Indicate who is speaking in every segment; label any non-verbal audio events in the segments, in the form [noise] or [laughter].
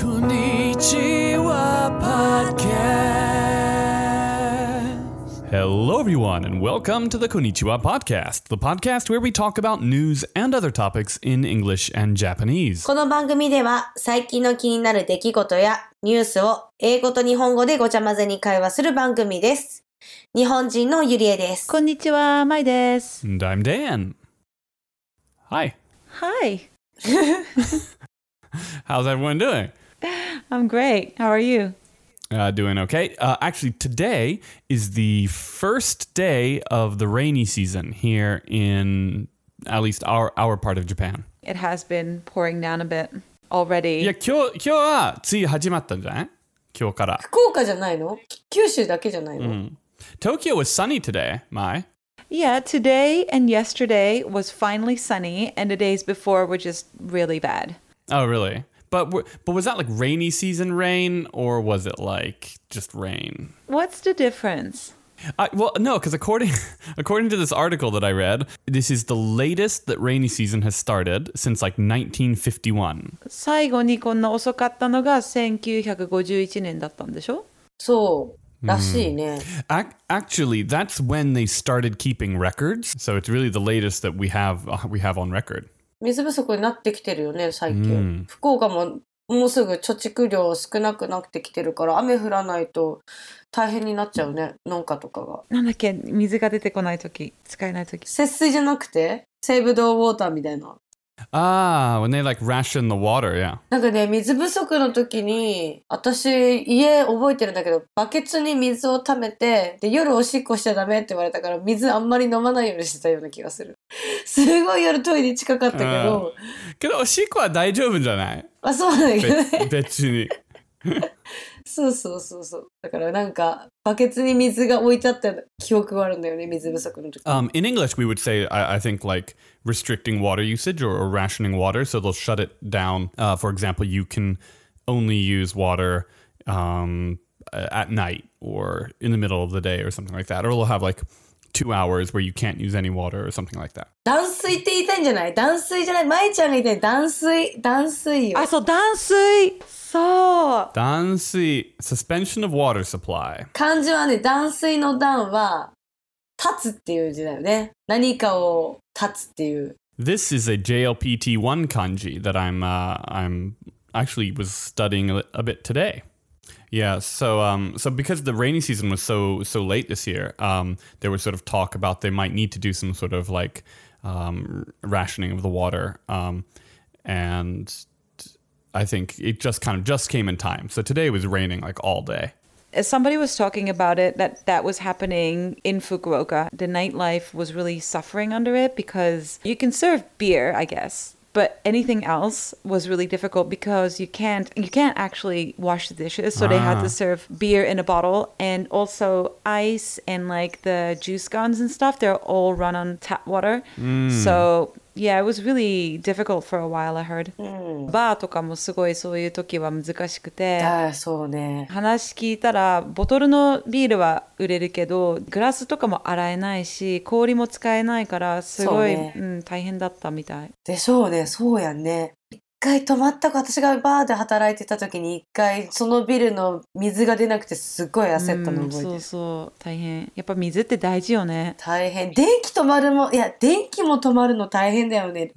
Speaker 1: こんにちは、podcast. Hello, everyone, and welcome to the Konnichiwa Podcast, the podcast where we talk about news and other topics in English and Japanese.
Speaker 2: この番組では最近の気になる出来事やニュースを英語と日本語でごちゃ混ぜに会話する番組です。日本人のゆりえです。
Speaker 3: こんにちは、まいです。
Speaker 1: And I'm Dan. Hi,
Speaker 3: はい。
Speaker 1: how's everyone doing?
Speaker 3: I'm great. How are you?
Speaker 1: Uh, doing okay. Uh, actually, today is the first day of the rainy season here in at least our, our part of Japan.
Speaker 3: It has been pouring down a bit already.
Speaker 1: いや、今日、今日は、つい始まったんじゃない今日から。
Speaker 2: [laughs] 福岡じゃないのき九州だけじゃないの、
Speaker 1: Tokyo was sunny today, my.
Speaker 3: Yeah, today and yesterday was finally sunny, and the days before were just really bad.
Speaker 1: Oh, really? But, w- but was that like rainy season rain or was it like just rain?
Speaker 3: What's the difference?
Speaker 1: I, well, no, because according [laughs] according to this article that I read, this is the latest that rainy season has started since like 1951.
Speaker 3: 最後にこんな遅かったのが1951年だったんでしょ
Speaker 2: そう。らしいね。
Speaker 1: Ac- actually, that's when they started keeping records, so it's really the latest that we have we have on record.
Speaker 2: 水不足になってきてるよね、最近。福岡ももうすぐ貯蓄量少なくなってきてるから、雨降らないと大変になっちゃうね、農家とかが。
Speaker 3: なんだっけ水が出てこないとき、使えないとき。
Speaker 2: 節水じゃなくて、セーブドウォーターみたいな。
Speaker 1: Ah, when they like ration the water, yeah.
Speaker 2: なんかね、水不足の時に、私、家覚えてるんだけど、バケツに水を溜めて、で、夜おしっこしちゃダメって言われたから、水あんまり飲まないようにしてたような気がする。 [laughs] すごい夜トイレ近かったけど、
Speaker 1: けどおしっこは大丈夫じゃない
Speaker 2: まあそうなんだけどね。
Speaker 1: 別別に。
Speaker 2: [laughs] そうそうそうそう。だからなんか、バケツに水が置いてあった記憶があるんだよね、水不足の時。
Speaker 1: Um, in English, we would say, I, I think, like restricting water usage or, or rationing water. So they'll shut it down. Uh, for example, you can only use water um, a- at night or in the middle of the day or something like that. Or they'll have like two hours where you can't use any water or something like that.
Speaker 2: 断水って言いたいんじゃない断水じゃない舞ちゃんが言いたい断水断水よ
Speaker 3: あ、。そう、断水そう。
Speaker 1: Dansi, suspension of water supply.
Speaker 2: 漢字はね、断水の断は、立つっていう字だよね。何かを立つっていう。
Speaker 1: This is a JLPT one kanji that I'm uh, I'm actually was studying a, li- a bit today. Yeah, so um, so because the rainy season was so so late this year, um, there was sort of talk about they might need to do some sort of like um, rationing of the water, um, and I think it just kind of just came in time. So today was raining like all day.
Speaker 3: somebody was talking about it that that was happening in Fukuoka. The nightlife was really suffering under it because you can serve beer, I guess, but anything else was really difficult because you can't you can't actually wash the dishes, so they had to serve beer in a bottle and also ice and like the juice guns and stuff. They're all run on tap water, so. Yeah, it was really difficult for a while, I heard. バーとかもすごいそういう時は難しくて。
Speaker 2: ああ、そうね。
Speaker 3: 話聞いたらボトルのビールは売れるけどグラスとかも洗えないし氷も使えないからすごい
Speaker 2: そうね
Speaker 3: うん、大変だったみたい
Speaker 2: でしょうね、そうやんね。一回泊まったか、私がバーで働いてた時に一回、そのビルの水が出なくてすっごい焦ったの
Speaker 3: うん
Speaker 2: 覚えてる。
Speaker 3: そうそう大変やっぱ水って大事よね
Speaker 2: 大変。電気止まるも、いや、電気も止まるの大変だよね。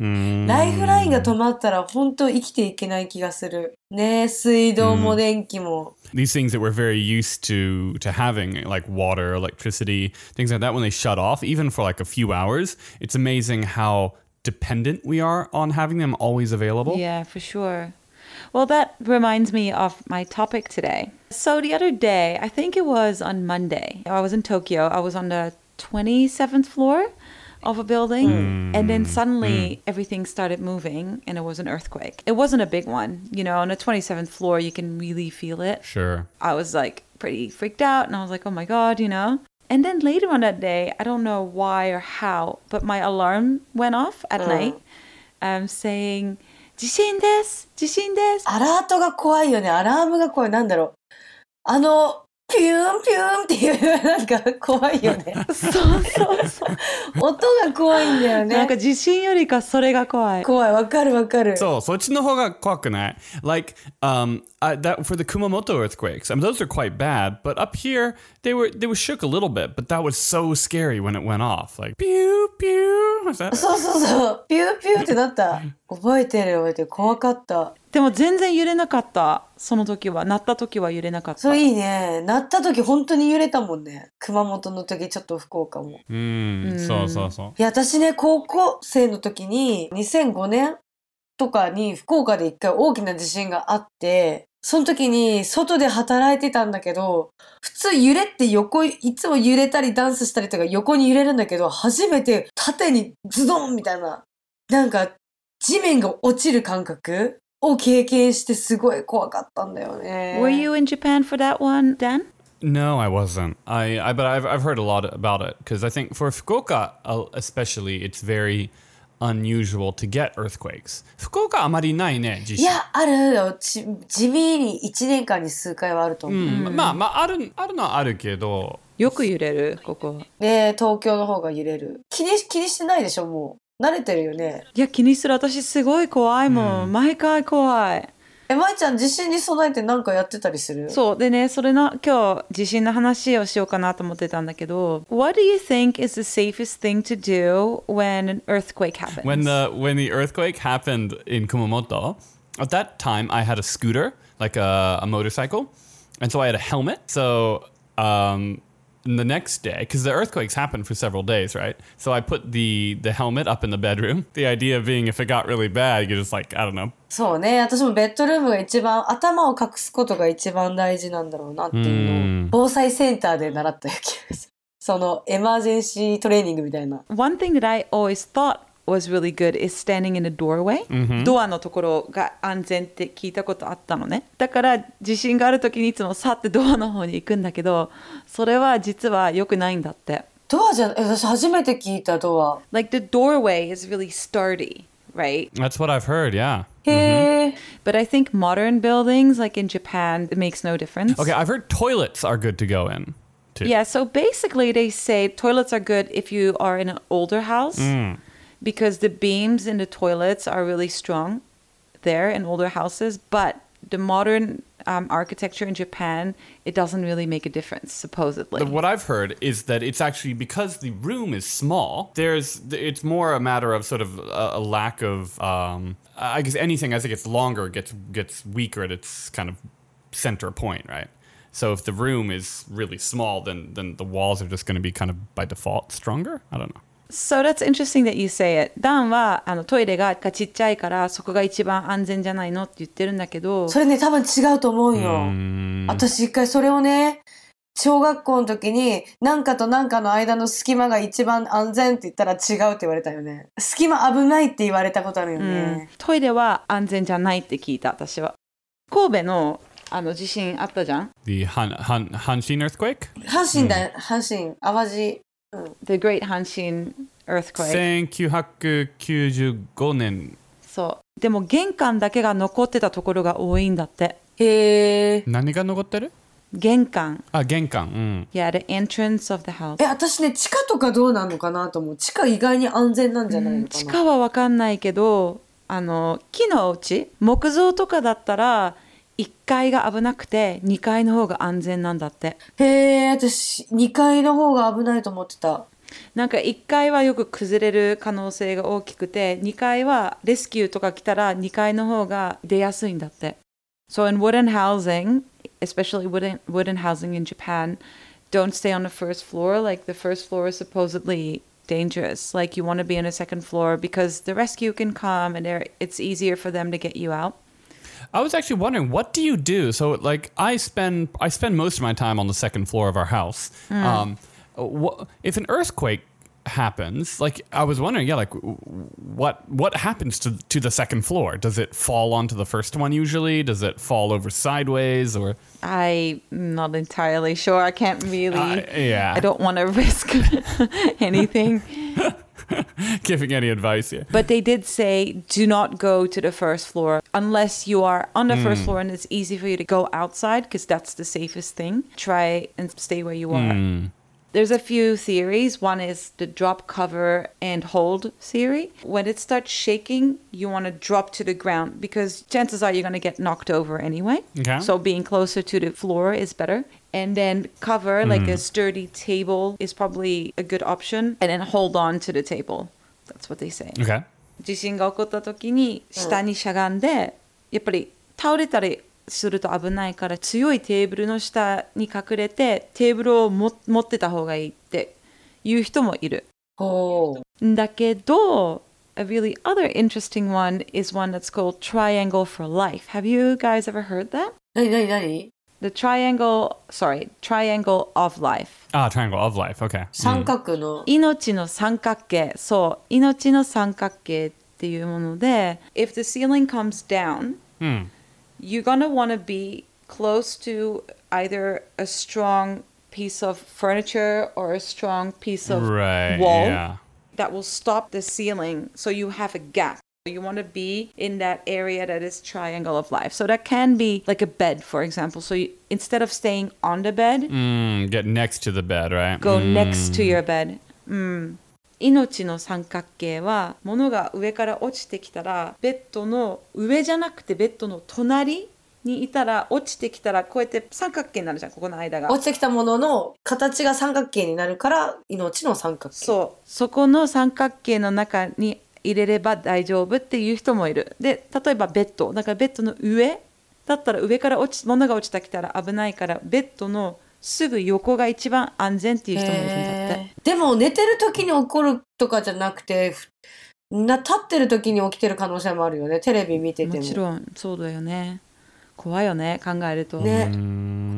Speaker 2: ライフラインが止まったら本当生きていけない気がする。ね水道も電気も。
Speaker 1: these things that we're very used to to having like water electricity things like that when they shut off even for like a few hours it's amazing how dependent we are on having them always available
Speaker 3: Yeah, for sure. Well, that reminds me of my topic today. So, the other day, I think it was on Monday, I was in Tokyo. I was on the 27th floor of a building, and then suddenly everything started moving, and it was an earthquake. It wasn't a big one, you know, on the 27th floor, you can really feel it.
Speaker 1: sure
Speaker 3: I was like pretty freaked out and I was like, oh my God, you know? And then later on that day, I don't know why or how, but my alarm went off at night um, saying, 地震です地震です
Speaker 2: アラートが怖いよね。アラームが怖い。なんだろう。あの、ピューンピューンっていう、なんか怖いよね。
Speaker 3: [laughs] そうそうそう。
Speaker 2: 音が怖いんだよ
Speaker 3: なん
Speaker 2: ね
Speaker 3: か。地震よりかそれが怖い。
Speaker 2: 怖い、わかるわかる。
Speaker 1: So, so it's Like um, I, that for the Kumamoto earthquakes. I mean, those are quite bad, but up here they were they were shook a little bit. But that was so scary when it went off. Like pew pew. Was that?
Speaker 2: そうそうそう。ピューピューってなった。覚えてる覚えてる。怖かった。
Speaker 3: でも全然揺れなかった。その時は、鳴った時は揺れなかった
Speaker 2: そ。れいいね。鳴った時本当に揺れたもんね。熊本の時ちょっと福岡も。
Speaker 1: Mm, so so so.
Speaker 2: いや、私ね、高校生の時に、2005年とかに福岡で一回大きな地震があって、その時に外で働いてたんだけど、普通揺れって横、いつも揺れたりダンスしたりとか横に揺れるんだけど、初めて縦にズドンみたいな、なんか地面が落ちる感覚を経験してすごい怖かったんだよね。
Speaker 3: Were you in Japan for that one, Dan?
Speaker 1: No, I wasn't. I, I but I've, I've heard a lot about it because I think for Fukuoka uh, especially, it's very unusual to get earthquakes. Fukuoka
Speaker 2: いや、あるよ。ち地味に1年間に数回はあると思う。
Speaker 1: Hmm, あまりないね。実うん、まあまああるあるのはあるけど。
Speaker 3: よく揺れる、ここ。
Speaker 2: ねえ東京の方が揺れる気に気にしてないでしょもう慣れてるよね
Speaker 3: いや、気にする。私すごい怖いもん。毎回怖い。
Speaker 2: えまいちゃん地震に備えて何かやってたりする
Speaker 3: そう。でね、それの、今日、地震の話をしようかなと思ってたんだけど、What do you think is the safest thing to do when an earthquake happens?
Speaker 1: When the when the earthquake happened in Kumamoto, at that time I had a scooter, like a, a motorcycle, and so I had a helmet. So um, the next day, because the earthquakes happened for several days, right? So I put the the helmet up in the bedroom. [laughs] The idea being, if it got really bad, you're just like I don't know,
Speaker 2: そうね私もベッドルームが一番頭を隠すことが一番大事なんだろうなっていうのを防災センターで習ったような気がする [laughs] そのエマージェンシートレーニングみたいな
Speaker 3: One thing that I always thought was really good is standing in a doorway、ド
Speaker 1: Mm-hmm.
Speaker 3: アのところが安全って聞いたことあったのねだから地震がある時にいつもさってドアの方に行くんだけどそれは実は良くないんだって
Speaker 2: ドアじゃえ私初めて聞いたドア
Speaker 3: Like the doorway is really sturdy right
Speaker 1: That's what I've heard, yeah.
Speaker 2: へえ、
Speaker 3: but I think modern buildings like in Japan it makes no difference
Speaker 1: Okay, I've heard toilets are good to go in. Too.
Speaker 3: Yeah, so basically they say toilets are good if you are in an older house because the beams in the toilets are really strong there in older houses, but the modern um, architecture in Japan, it doesn't really make a difference, supposedly.
Speaker 1: What I've heard is that it's actually because the room is small. There's it's more a matter of sort of a, a lack of um, I guess anything as it gets longer gets gets weaker at its kind of center point, right? So if the room is really small, then then the walls are just going to be kind of by default stronger. I don't know.
Speaker 3: So that's interesting that you say it. ダンはあのトイレがちっちゃいからそこが一番安全じゃないのって言ってるんだけど、
Speaker 2: それね、多分違うと思うよ。私一回それをね、小学校の時に、なんかとなんかの間の隙間が一番安全って言ったら違うって言われたよね。隙間危ないって言われたことあるよね。
Speaker 3: トイレは安全じゃないって聞いた私は。神戸のあの地震あったじゃん
Speaker 1: The Han, Han, Hanshin earthquake.
Speaker 2: 阪神だよ、阪神、淡路。
Speaker 3: The Great Hanshin Earthquake。
Speaker 1: 1995年
Speaker 3: そう。でも玄関だけが残ってたところが多いんだって。
Speaker 2: へえ。
Speaker 1: 何が残ってる？
Speaker 3: 玄関。
Speaker 1: Ah, あ、玄関。うん。
Speaker 3: Yeah, the entrance of the house.
Speaker 2: え、私ね、地下とかどうなんのかなと思う。地下意外に安全なんじゃないのか
Speaker 3: 地
Speaker 2: な。
Speaker 3: 下はわかんないけど、あの、木のお家木造とかだったら、1階が危なくて、2階の方が安全なんだって。
Speaker 2: へえ、私、2階の方が危ないと思ってた。
Speaker 3: なんか1階はよく崩れる可能性が大きくて、2階はレスキューとか来たら2階の方が出やすいんだって。So in wooden housing, especially wooden, wooden housing in Japan, don't stay on the first floor. Like the first floor is supposedly dangerous. Like you want to be on the second floor because the rescue can come and they're- it's easier for them to get you out.
Speaker 1: I was actually wondering, what do you do? So, like, I spend I spend most of my time on the second floor of our house.
Speaker 3: Hmm.
Speaker 1: Um, wha- if an earthquake happens, like I was wondering, yeah, like w- w- what what happens to to the second floor? Does it fall onto the first one usually? Does it fall over sideways or?
Speaker 3: I'm not entirely sure. I can't really.
Speaker 1: I- yeah.
Speaker 3: I don't want to risk [laughs] anything.
Speaker 1: [laughs] giving any advice here.
Speaker 3: [laughs] But they did say do not go to the first floor unless you are on the first floor and it's easy for you to go outside because that's the safest thing. Try and stay where you are. There's a few theories. One is the drop, cover, and hold theory. When it starts shaking, you want to drop to the ground because chances are you're going to get knocked over anyway.
Speaker 1: Okay.
Speaker 3: So being closer to the floor is better. And then cover, like a sturdy table, is probably a good option. And then hold on to the table. That's what they say.
Speaker 1: Okay.
Speaker 3: 地震が起こった時に下にしゃがんで、やっぱり倒れたりすると危ないから強いテーブルの下に隠れてテーブルをも持ってた方がいいっていう人もいる。
Speaker 2: ほう。
Speaker 3: だけど A really other interesting one is one that's called Triangle for Life. Have you guys ever heard that?
Speaker 2: なになになに
Speaker 3: The triangle, sorry, triangle of life.
Speaker 1: Ah, triangle of life. Okay.
Speaker 2: 三角の。
Speaker 3: 命の三角形そう命の三角形っていうもので If the ceiling comes down
Speaker 1: Mm.
Speaker 3: you're gonna want to be close to either a strong piece of furniture or a strong piece of
Speaker 1: Right.
Speaker 3: wall
Speaker 1: Yeah.
Speaker 3: that will stop the ceiling so you have a gap you want to be in that area that is triangle of life so that can be like a bed for example so you, instead of staying on the bed
Speaker 1: Mm, get next to the bed, right?
Speaker 3: go
Speaker 1: Mm.
Speaker 3: next to your bed うん命の三角形は物が上から落ちてきたらベッドの上じゃなくてベッドの隣にいたら落ちてきたらこうやって三角形になるじゃんここの間が
Speaker 2: 落ちてきたものの形が三角形になるから命の三角形。
Speaker 3: そうそこの三角形の中に入れれば大丈夫っていう人もいるで例えばベッドだからベッドの上だったら上から落ち物が落ちてきたら危ないからベッドのすぐ横が一番安全っていう人もいるんだって
Speaker 2: へーでも寝てる時に起こるとかじゃなくてふな立ってる時に起きてる可能性もあるよねテレビ見てても
Speaker 3: もちろんそうだよね怖いよね考えると、
Speaker 2: ね、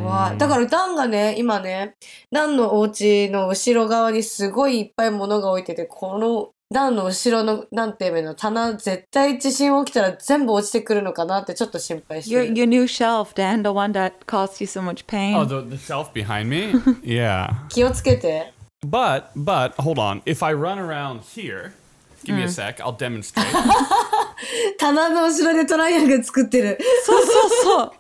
Speaker 2: 怖いだからダンがね今ねダンのお家の後ろ側にすごいいっぱい物が置いててこのダンの後ろのなんていうの棚絶対地震起きたら全部落ちてくるのかなってちょっと心配して
Speaker 3: your,
Speaker 2: る
Speaker 3: your new shelf Dan the one that caused you so much pain
Speaker 1: Oh, the, the shelf behind me. yeah.
Speaker 2: 気をつけて
Speaker 1: But but hold on. If I run around here, give me a sec. I'll demonstrate.
Speaker 2: 棚の後ろでトライアングル作っ
Speaker 3: [laughs]
Speaker 2: てる
Speaker 3: [laughs] そうそうそう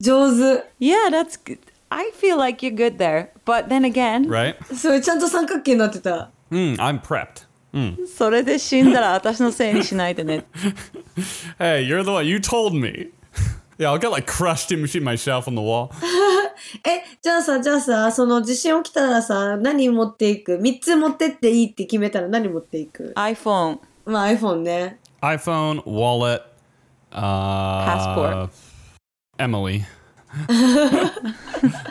Speaker 2: 上手
Speaker 3: yeah that's good I feel like you're good there but then again
Speaker 1: right.
Speaker 2: それちゃんと三角形になってた
Speaker 1: Mm, I'm prepped.
Speaker 3: それで死んだら私のせいにしない
Speaker 1: [laughs]
Speaker 3: でね
Speaker 1: Hey, you're the one. You told me. [laughs] yeah, I'll get like crushed in between my shelf and the wall.
Speaker 2: え、じゃあさ、じゃあさ、その地震起きたらさ、何持っていく ?3 つ持ってっていいって決めたら何持っていく
Speaker 3: iPhone
Speaker 2: まあ iPhone ね。
Speaker 1: iPhone, wallet, uh,
Speaker 3: Passport.
Speaker 1: Emily.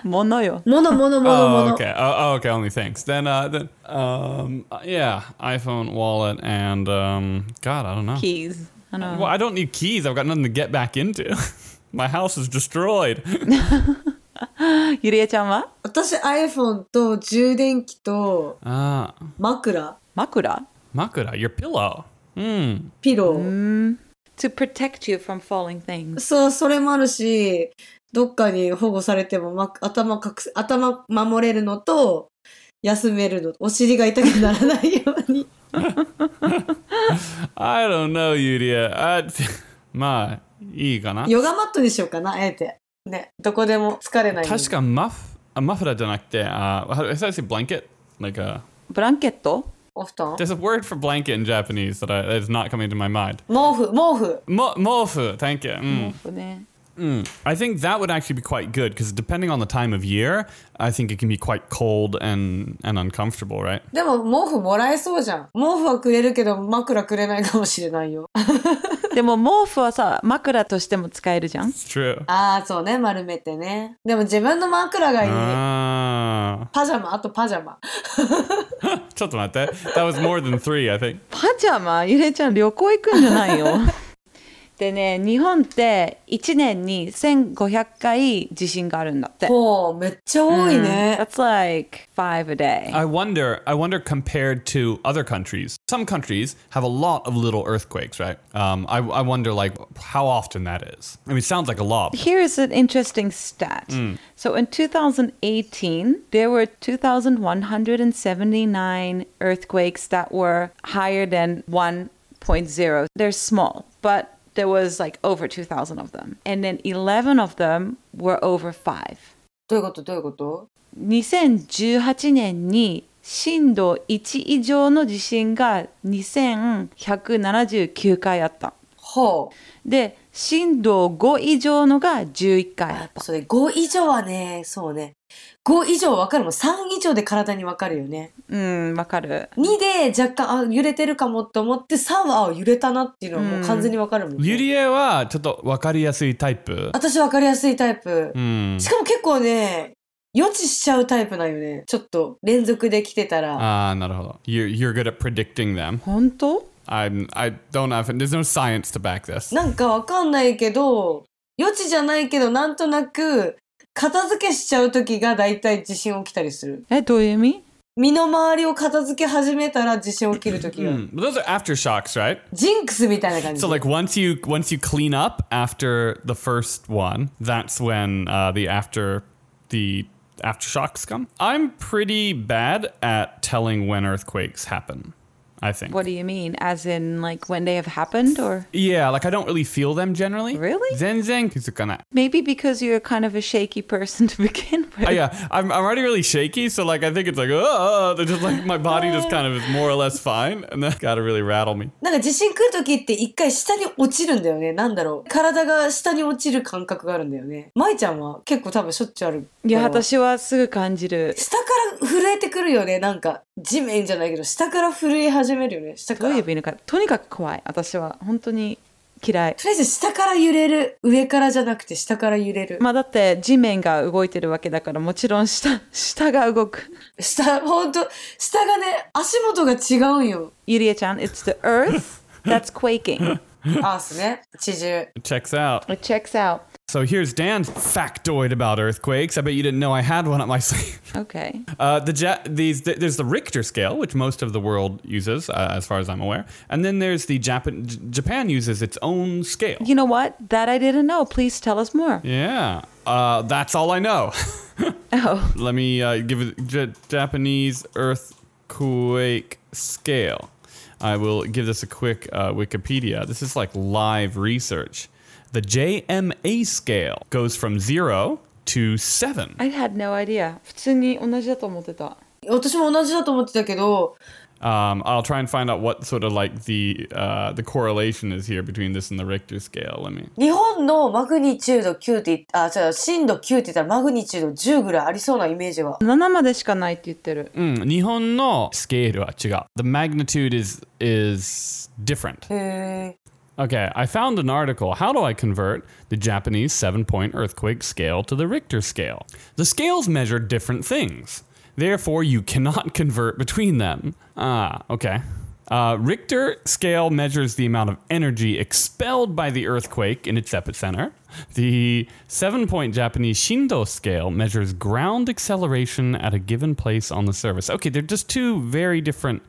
Speaker 3: 物よ
Speaker 2: 物物物
Speaker 1: Oh,
Speaker 2: 物。
Speaker 1: okay. Oh, oh, okay. Only thanks. Then, uh, then, um, yeah, iPhone, wallet, and um, God, I don't know.
Speaker 3: keys I don't know
Speaker 1: Well, I don't need keys. I've got nothing to get back into. [laughs] my house is destroyed. [laughs]
Speaker 3: ゆりえちゃんは
Speaker 2: 私 iPhone と充電器と
Speaker 1: Ah,
Speaker 2: 枕、
Speaker 3: 枕
Speaker 1: Makura, your pillow. Hmm.
Speaker 2: ピロー。
Speaker 3: to protect you from falling things
Speaker 2: そう、それもあるし、どっかに保護されても、ま、頭隠す、頭守れるのと、休めるの。お尻が痛くならないように。
Speaker 1: I don't know, Yuria. I'd... [laughs] My, いいかな。
Speaker 2: ヨガマットにしようかな、あえて。ね、どこでも疲れないように。
Speaker 1: 確かマフ、あマフラーじゃなくて、あ、uh, how- is that say blanket? Like a,
Speaker 3: ブランケット
Speaker 2: お布団
Speaker 1: there's a word for blanket in Japanese that, I, that is not coming to my mind.
Speaker 2: 毛布、毛布。
Speaker 1: Mo- mofu, thank you. Mm.
Speaker 3: ね
Speaker 1: Mm. I think that would actually be quite good because depending on the time of year, I think it can be quite cold and, and uncomfortable, right?
Speaker 2: でも毛布もらえそうじゃん。毛布はくれるけど枕くれないかもしれないよ。 [laughs]
Speaker 3: でも毛布はさ枕としても使えるじゃん
Speaker 1: It's true.
Speaker 2: ああ、そうね。丸めてね。でも自分の枕がいい。
Speaker 1: Ah.
Speaker 2: パジャマ、あとパジャマ。 [laughs]
Speaker 1: ちょっと待って。That was more than three, I think.
Speaker 3: パジャマゆれちゃん旅行行くんじゃないよ [laughs] でね日本って1年に1500回地震があるんだって。
Speaker 2: ほう、めっちゃ多いね。
Speaker 3: That's like five a day.
Speaker 2: Uh.
Speaker 1: I wonder. I wonder compared to other countries. Some countries have a lot of little earthquakes, right? Um, I, I wonder like how often that is. I mean, it sounds like a lot.
Speaker 3: [laughs] Here is an interesting stat.
Speaker 2: Mm.
Speaker 3: So in 2018, there were 2,179 earthquakes that were higher than 1.0. They're small, but there was like over 2,000 of them. And then 11 of them were over 5.
Speaker 2: どういうことどういうこと
Speaker 3: 2018年に震度1以上の地震が2179回あった。
Speaker 2: ほう。
Speaker 3: で、震度5以上のが11回あ
Speaker 2: や
Speaker 3: っ
Speaker 2: ったぱ。それ5以上はね、そうね。5以上わかるもん。3以上で体にわかるよね。
Speaker 3: うん、わかる。
Speaker 2: 2で若干あ揺れてるかもって思って3はあ揺れたなっていうのはもう完全にわかるもん、ね
Speaker 1: ゆりえはちょっとわかりやすいタイプ。
Speaker 2: 私わかりやすいタイプ
Speaker 1: う。ん。
Speaker 2: しかも結構ね、予知しちゃうタイプなんよね。ちょっと連続で来てたら。
Speaker 1: ああ、なるほど。You're Ah, you're good at predicting them.
Speaker 3: 本当
Speaker 1: I'm I don't have. There's no science to back this.
Speaker 2: なんかわかんないけど、予知じゃないけどなんとなく片付けしちゃう時が大体地震起きたりする。
Speaker 3: え、どういう意味
Speaker 2: 身の回りを片付け始めたら地震起きる時が。
Speaker 1: Mm. But those are aftershocks, right?
Speaker 2: ジンクスみたいな感じ。
Speaker 1: So like once you once you clean up after the first one, that's when uh, the after the aftershocks come. I'm pretty bad at telling when earthquakes happen. I think.
Speaker 3: What do you mean? As in, like, when they have happened? Or
Speaker 1: Yeah, like I don't really feel them generally.
Speaker 3: Really?
Speaker 1: Zenzen kizukana.
Speaker 3: maybe because you're kind of a shaky person to begin with.
Speaker 1: Oh, yeah, I'm, I'm already really shaky, so like I think it's like oh, they're just like my body just kind of is more or less fine, and that [laughs] gotta really rattle me.
Speaker 2: なんか地震来る時って一回下に落ちるんだよね。なんだろう。体が下に落ちる感覚があるんだよね。舞ちゃんは結構多分しょっちゅうある。
Speaker 3: いや、。私はすぐ感じる。
Speaker 2: 下から震えてくるよね。なんか地面じゃないけど、下から震え始めるよね。下
Speaker 3: ど
Speaker 2: か
Speaker 3: う
Speaker 2: ら。
Speaker 3: 言え
Speaker 2: と
Speaker 3: ばいいのか。とにかく怖い。私は本当に嫌い。
Speaker 2: りあえず下から揺れる。上からじゃなくて下から揺れる。
Speaker 3: まあだって地面が動いてるわけだからもちろん下、下が動く。
Speaker 2: 下、ほんと、下がね、足元が違うん
Speaker 3: [laughs]
Speaker 2: よ。
Speaker 3: ゆりえちゃん、It's the earth that's quaking.
Speaker 2: アースね。地中。
Speaker 1: It checks out.
Speaker 3: It checks out.
Speaker 1: So here's Dan's factoid about earthquakes. I bet you didn't know I had one up my [laughs] sleeve.
Speaker 3: Okay.
Speaker 1: Uh, the ja- these th- there's the Richter scale, which most of the world uses, uh, as far as I'm aware, and then there's the Japan. J- Japan uses its own scale.
Speaker 3: You know what? That I didn't know. Please tell us more.
Speaker 1: Yeah, uh, that's all I know. [laughs]
Speaker 3: Oh.
Speaker 1: Let me uh, give it J- Japanese earthquake scale. I will give this a quick uh, Wikipedia. This is like live research. The JMA scale goes from zero to seven.
Speaker 3: I had no idea. 普通に同じだと思ってた。
Speaker 2: 私も同じだと思ってたけど、
Speaker 1: Um, I'll try and find out what sort of like the uh, the correlation is here between this and the Richter scale. Let me.
Speaker 2: 日本のマグニチュード9って言っあ、違う、震度9って言ったらマグニチュード10ぐらいありそうなイメージが。
Speaker 3: 7までしかないって言ってる。
Speaker 1: Hmm, うん、日本のスケールは違う。The magnitude is is different.
Speaker 2: へえ。
Speaker 1: Okay, I found an article. How do I convert the Japanese seven point earthquake scale to the Richter scale? The scales measure different things. Therefore, you cannot [laughs] convert between them. Ah, okay. Uh, Richter scale measures the amount of energy expelled by the earthquake in its epicenter. The seven point Japanese Shindo scale measures ground acceleration at a given place on the surface. Okay, they're just two very different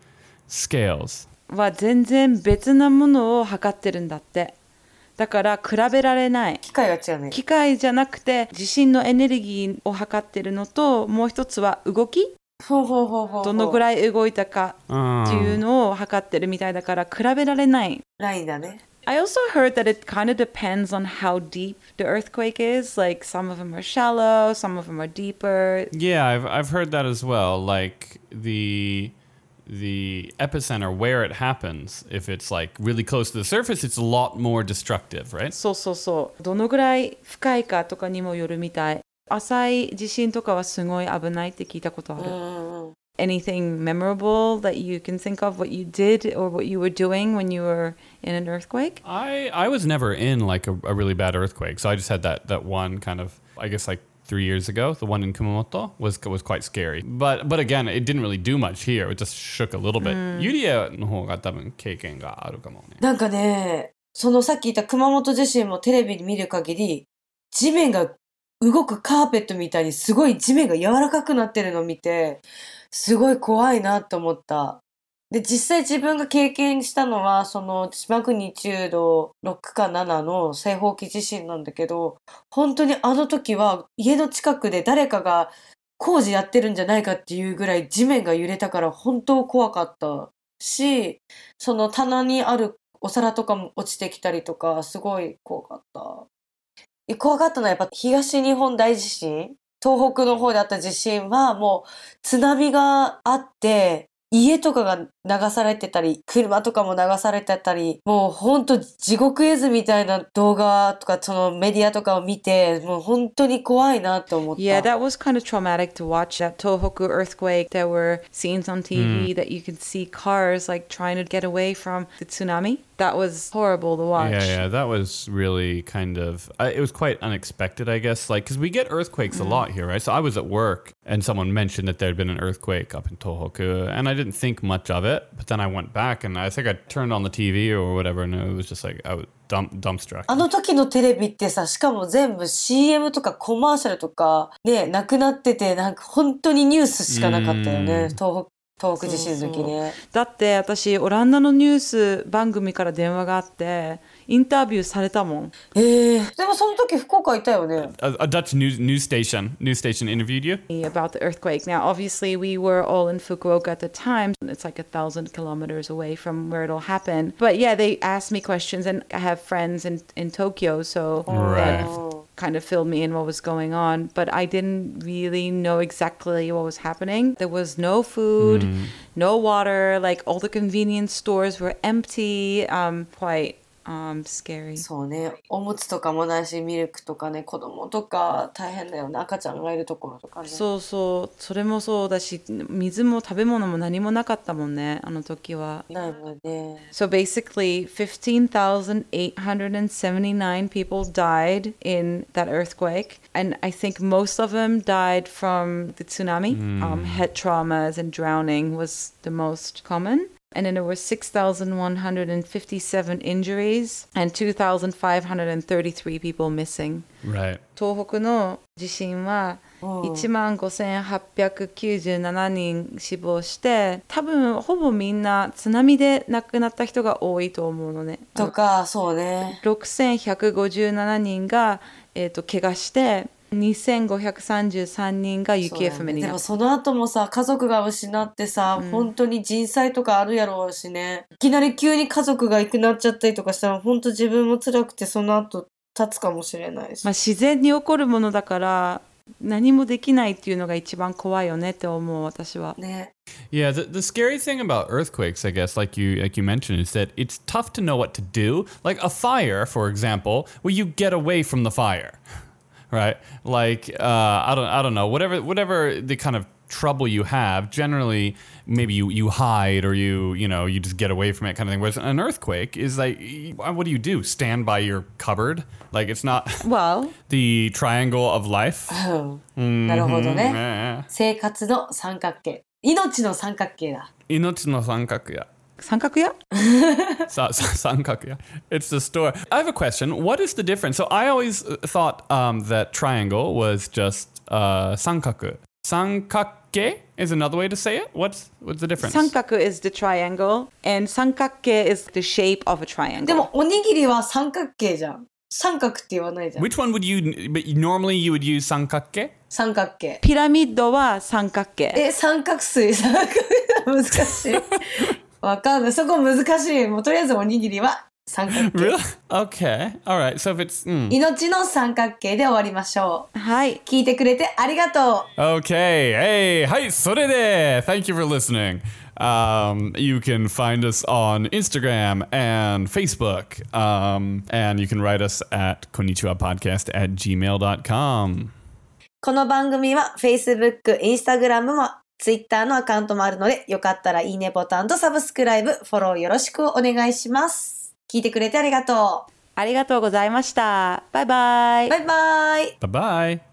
Speaker 1: scales.
Speaker 3: は全然別なものを測ってるんだって。だから比べられない。
Speaker 2: 機械が違うね。
Speaker 3: 機械じゃなくて地震のエネルギーを測ってるのともう一つは動き
Speaker 2: ほうほうほうほう。
Speaker 3: どのぐ
Speaker 2: い
Speaker 3: らい動いたか
Speaker 1: Ah.
Speaker 3: っていうのを測ってるみたいだから比べられない。
Speaker 2: ラインだね。
Speaker 3: I also heard that it kind of depends on how deep the earthquake is. Like some of them are shallow, some of them are deeper.
Speaker 1: Yeah, I've I've heard that as well. Like the the epicenter where it happens, if it's like really close to the surface, it's a lot more destructive, right?
Speaker 3: そうそうそうどのぐらい深いかとかにもよるみたい浅い地震とかはすごい危ないって聞いたことあ
Speaker 2: うん
Speaker 3: る、
Speaker 2: うんうん。
Speaker 3: Anything memorable that you can think of what you did or what you were doing when you were in an earthquake?
Speaker 1: I I was never in like a, a really bad earthquake, so I just had that that one kind of I guess like three years ago, the one in Kumamoto was was quite scary. But but again, it didn't really do much here. It just shook a little bit. ユリアの方が多分経験があるかもね。
Speaker 2: なんかね、そのさっき言った熊本地震もテレビに見る限り、地面が動くカーペットみたいにすごい地面が柔らかくなってるのを見て、すごい怖いなと思った。で、実際自分が経験したのは、その、マグニチュード6か7の正方形地震なんだけど、本当にあの時は家の近くで誰かが工事やってるんじゃないかっていうぐらい地面が揺れたから本当怖かったし、その棚にあるお皿とかも落ちてきたりとか、すごい怖かった。え怖かったのはやっぱ東日本大地震東北の方であった地震はもう津波があって、家とかが流されてたり、車とかも流されてたり、もうほんと地獄絵図みたいな動画とか、そのメディアとかを見て、もう本当に怖いなと思った。
Speaker 3: Yeah, that was kind of traumatic to watch that Tohoku earthquake. There were scenes on
Speaker 1: Hmm.
Speaker 3: TV that you could see cars like trying to get away from the tsunami. That was horrible to watch.
Speaker 1: Yeah, yeah, that was really kind of. I, it was quite unexpected, I guess. Like, because we get earthquakes a lot here, right? So I was at work and someone mentioned that there had been an earthquake up in Tohoku, and I didn't think much of it. But then I went back and I think I turned on the TV or whatever, and it was just like I was dump dumbstruck.
Speaker 2: あの時のテレビってさ、しかも全部 CM とかコマーシャルとか、ね、なくなってて、なんか本当にニュースしかなかったよね。東北、東北地震の時ね。
Speaker 3: だって私オランダのニュース番組から電話があってインタビューされたもん
Speaker 2: ええでもその時福岡いたよね。
Speaker 1: A, a Dutch news news station news station interviewed you.
Speaker 3: about the earthquake. Now, obviously, we were all in Fukuoka at the time. It's like a thousand kilometers away from where it all happened. But yeah, they asked me questions, and I have friends in, in Tokyo, so
Speaker 1: Right.
Speaker 3: that kind of filled me in what was going on. But I didn't really know exactly what was happening. There was no food, no water, like all the convenience stores were empty. Um, quite um, scary.
Speaker 2: そうね。おむつとかもないし、ミルクとかね、子供とか大変だよね。赤ちゃんがいるところとかね。
Speaker 3: そうそうそれもそうだし水も食べ物も何もなかったもんねあの時は
Speaker 2: ないもんね。
Speaker 3: So basically 15,879 people died in that earthquake and I think most of them died from the tsunami um, head traumas and drowning was the most common and then there were 6,157 injuries and 2,533 people missing
Speaker 1: Right.
Speaker 3: 東北の地震は
Speaker 2: うん
Speaker 3: 1万5897人死亡して多分ほぼみんな津波で亡くなった人が多いと思うのね
Speaker 2: とか、そうね。
Speaker 3: 6157人が、えー、と怪我して2533人が行
Speaker 2: そう
Speaker 3: 方
Speaker 2: だ
Speaker 3: 不
Speaker 2: よ
Speaker 3: 明
Speaker 2: ね
Speaker 3: に
Speaker 2: で
Speaker 3: なっ
Speaker 2: も
Speaker 3: た
Speaker 2: その後もさ家族が失ってさ、本当に人災とかあるやろうしねいきなり急に家族がいなくなっちゃったりとかしたら本当自分も辛くてその後立つかもしれないし、
Speaker 3: まあ、自然に起こるものだから何もできないっていうのが一番怖いよねって思う私は。
Speaker 2: ね
Speaker 1: Yeah, the, the scary thing about earthquakes, I guess, like you like you mentioned, is that it's tough to know what to do. Like a fire, for example, where you get away from the fire, [laughs] right? Like uh, I don't I don't know whatever whatever the kind of trouble you have. Generally, maybe you you hide or you you know you just get away from it kind of thing. Whereas an earthquake is like, y- what do you do? Stand by your cupboard? Like it's not [laughs]
Speaker 3: Well,
Speaker 1: the triangle of life. Eh,
Speaker 2: うんなるほどね
Speaker 1: Yeah.
Speaker 2: 生活の三角形命の三角形だ
Speaker 1: Inotsu no sankaku ya.
Speaker 3: 三角屋
Speaker 1: Sa- [laughs] sa- Sankaku, yeah. It's the store. I have a question. What is the difference? So I always uh, thought um, that triangle was just uh, sankaku. Sankake is another way to say it. What's what's the difference?
Speaker 3: 三角 is the triangle and 三角形 is the shape of a
Speaker 2: で
Speaker 3: triangle.
Speaker 2: もおにぎりは三角形じゃん三角って言わないじゃん
Speaker 1: Which one would you? But normally you would use sankake.
Speaker 2: 三角形
Speaker 3: ピラミッドは三角形。
Speaker 2: え三角錐三角難 [laughs] しいわかんないそこ難しいもうとりあえずおにぎりは三角形
Speaker 1: Really? [laughs] Okay. All right. So if it's mm.
Speaker 2: 命の三角形で終わりましょ
Speaker 3: はい。
Speaker 2: う聞いてくれてありがとう
Speaker 1: okay. Hey. Hi. Sorede. Thank you for listening. Um, you can find us on Instagram and Facebook. Um, and you can write us at konnichiwapodcast at gmail.com.
Speaker 2: この番組は Facebook、Instagram も Twitter のアカウントもあるのでよかったらいいねボタンとサブスクライブフォローよろしくお願いします聞いてくれてありがと
Speaker 3: ありがとうございました。バイバイ
Speaker 2: うバ。イバイ
Speaker 1: Bye bye.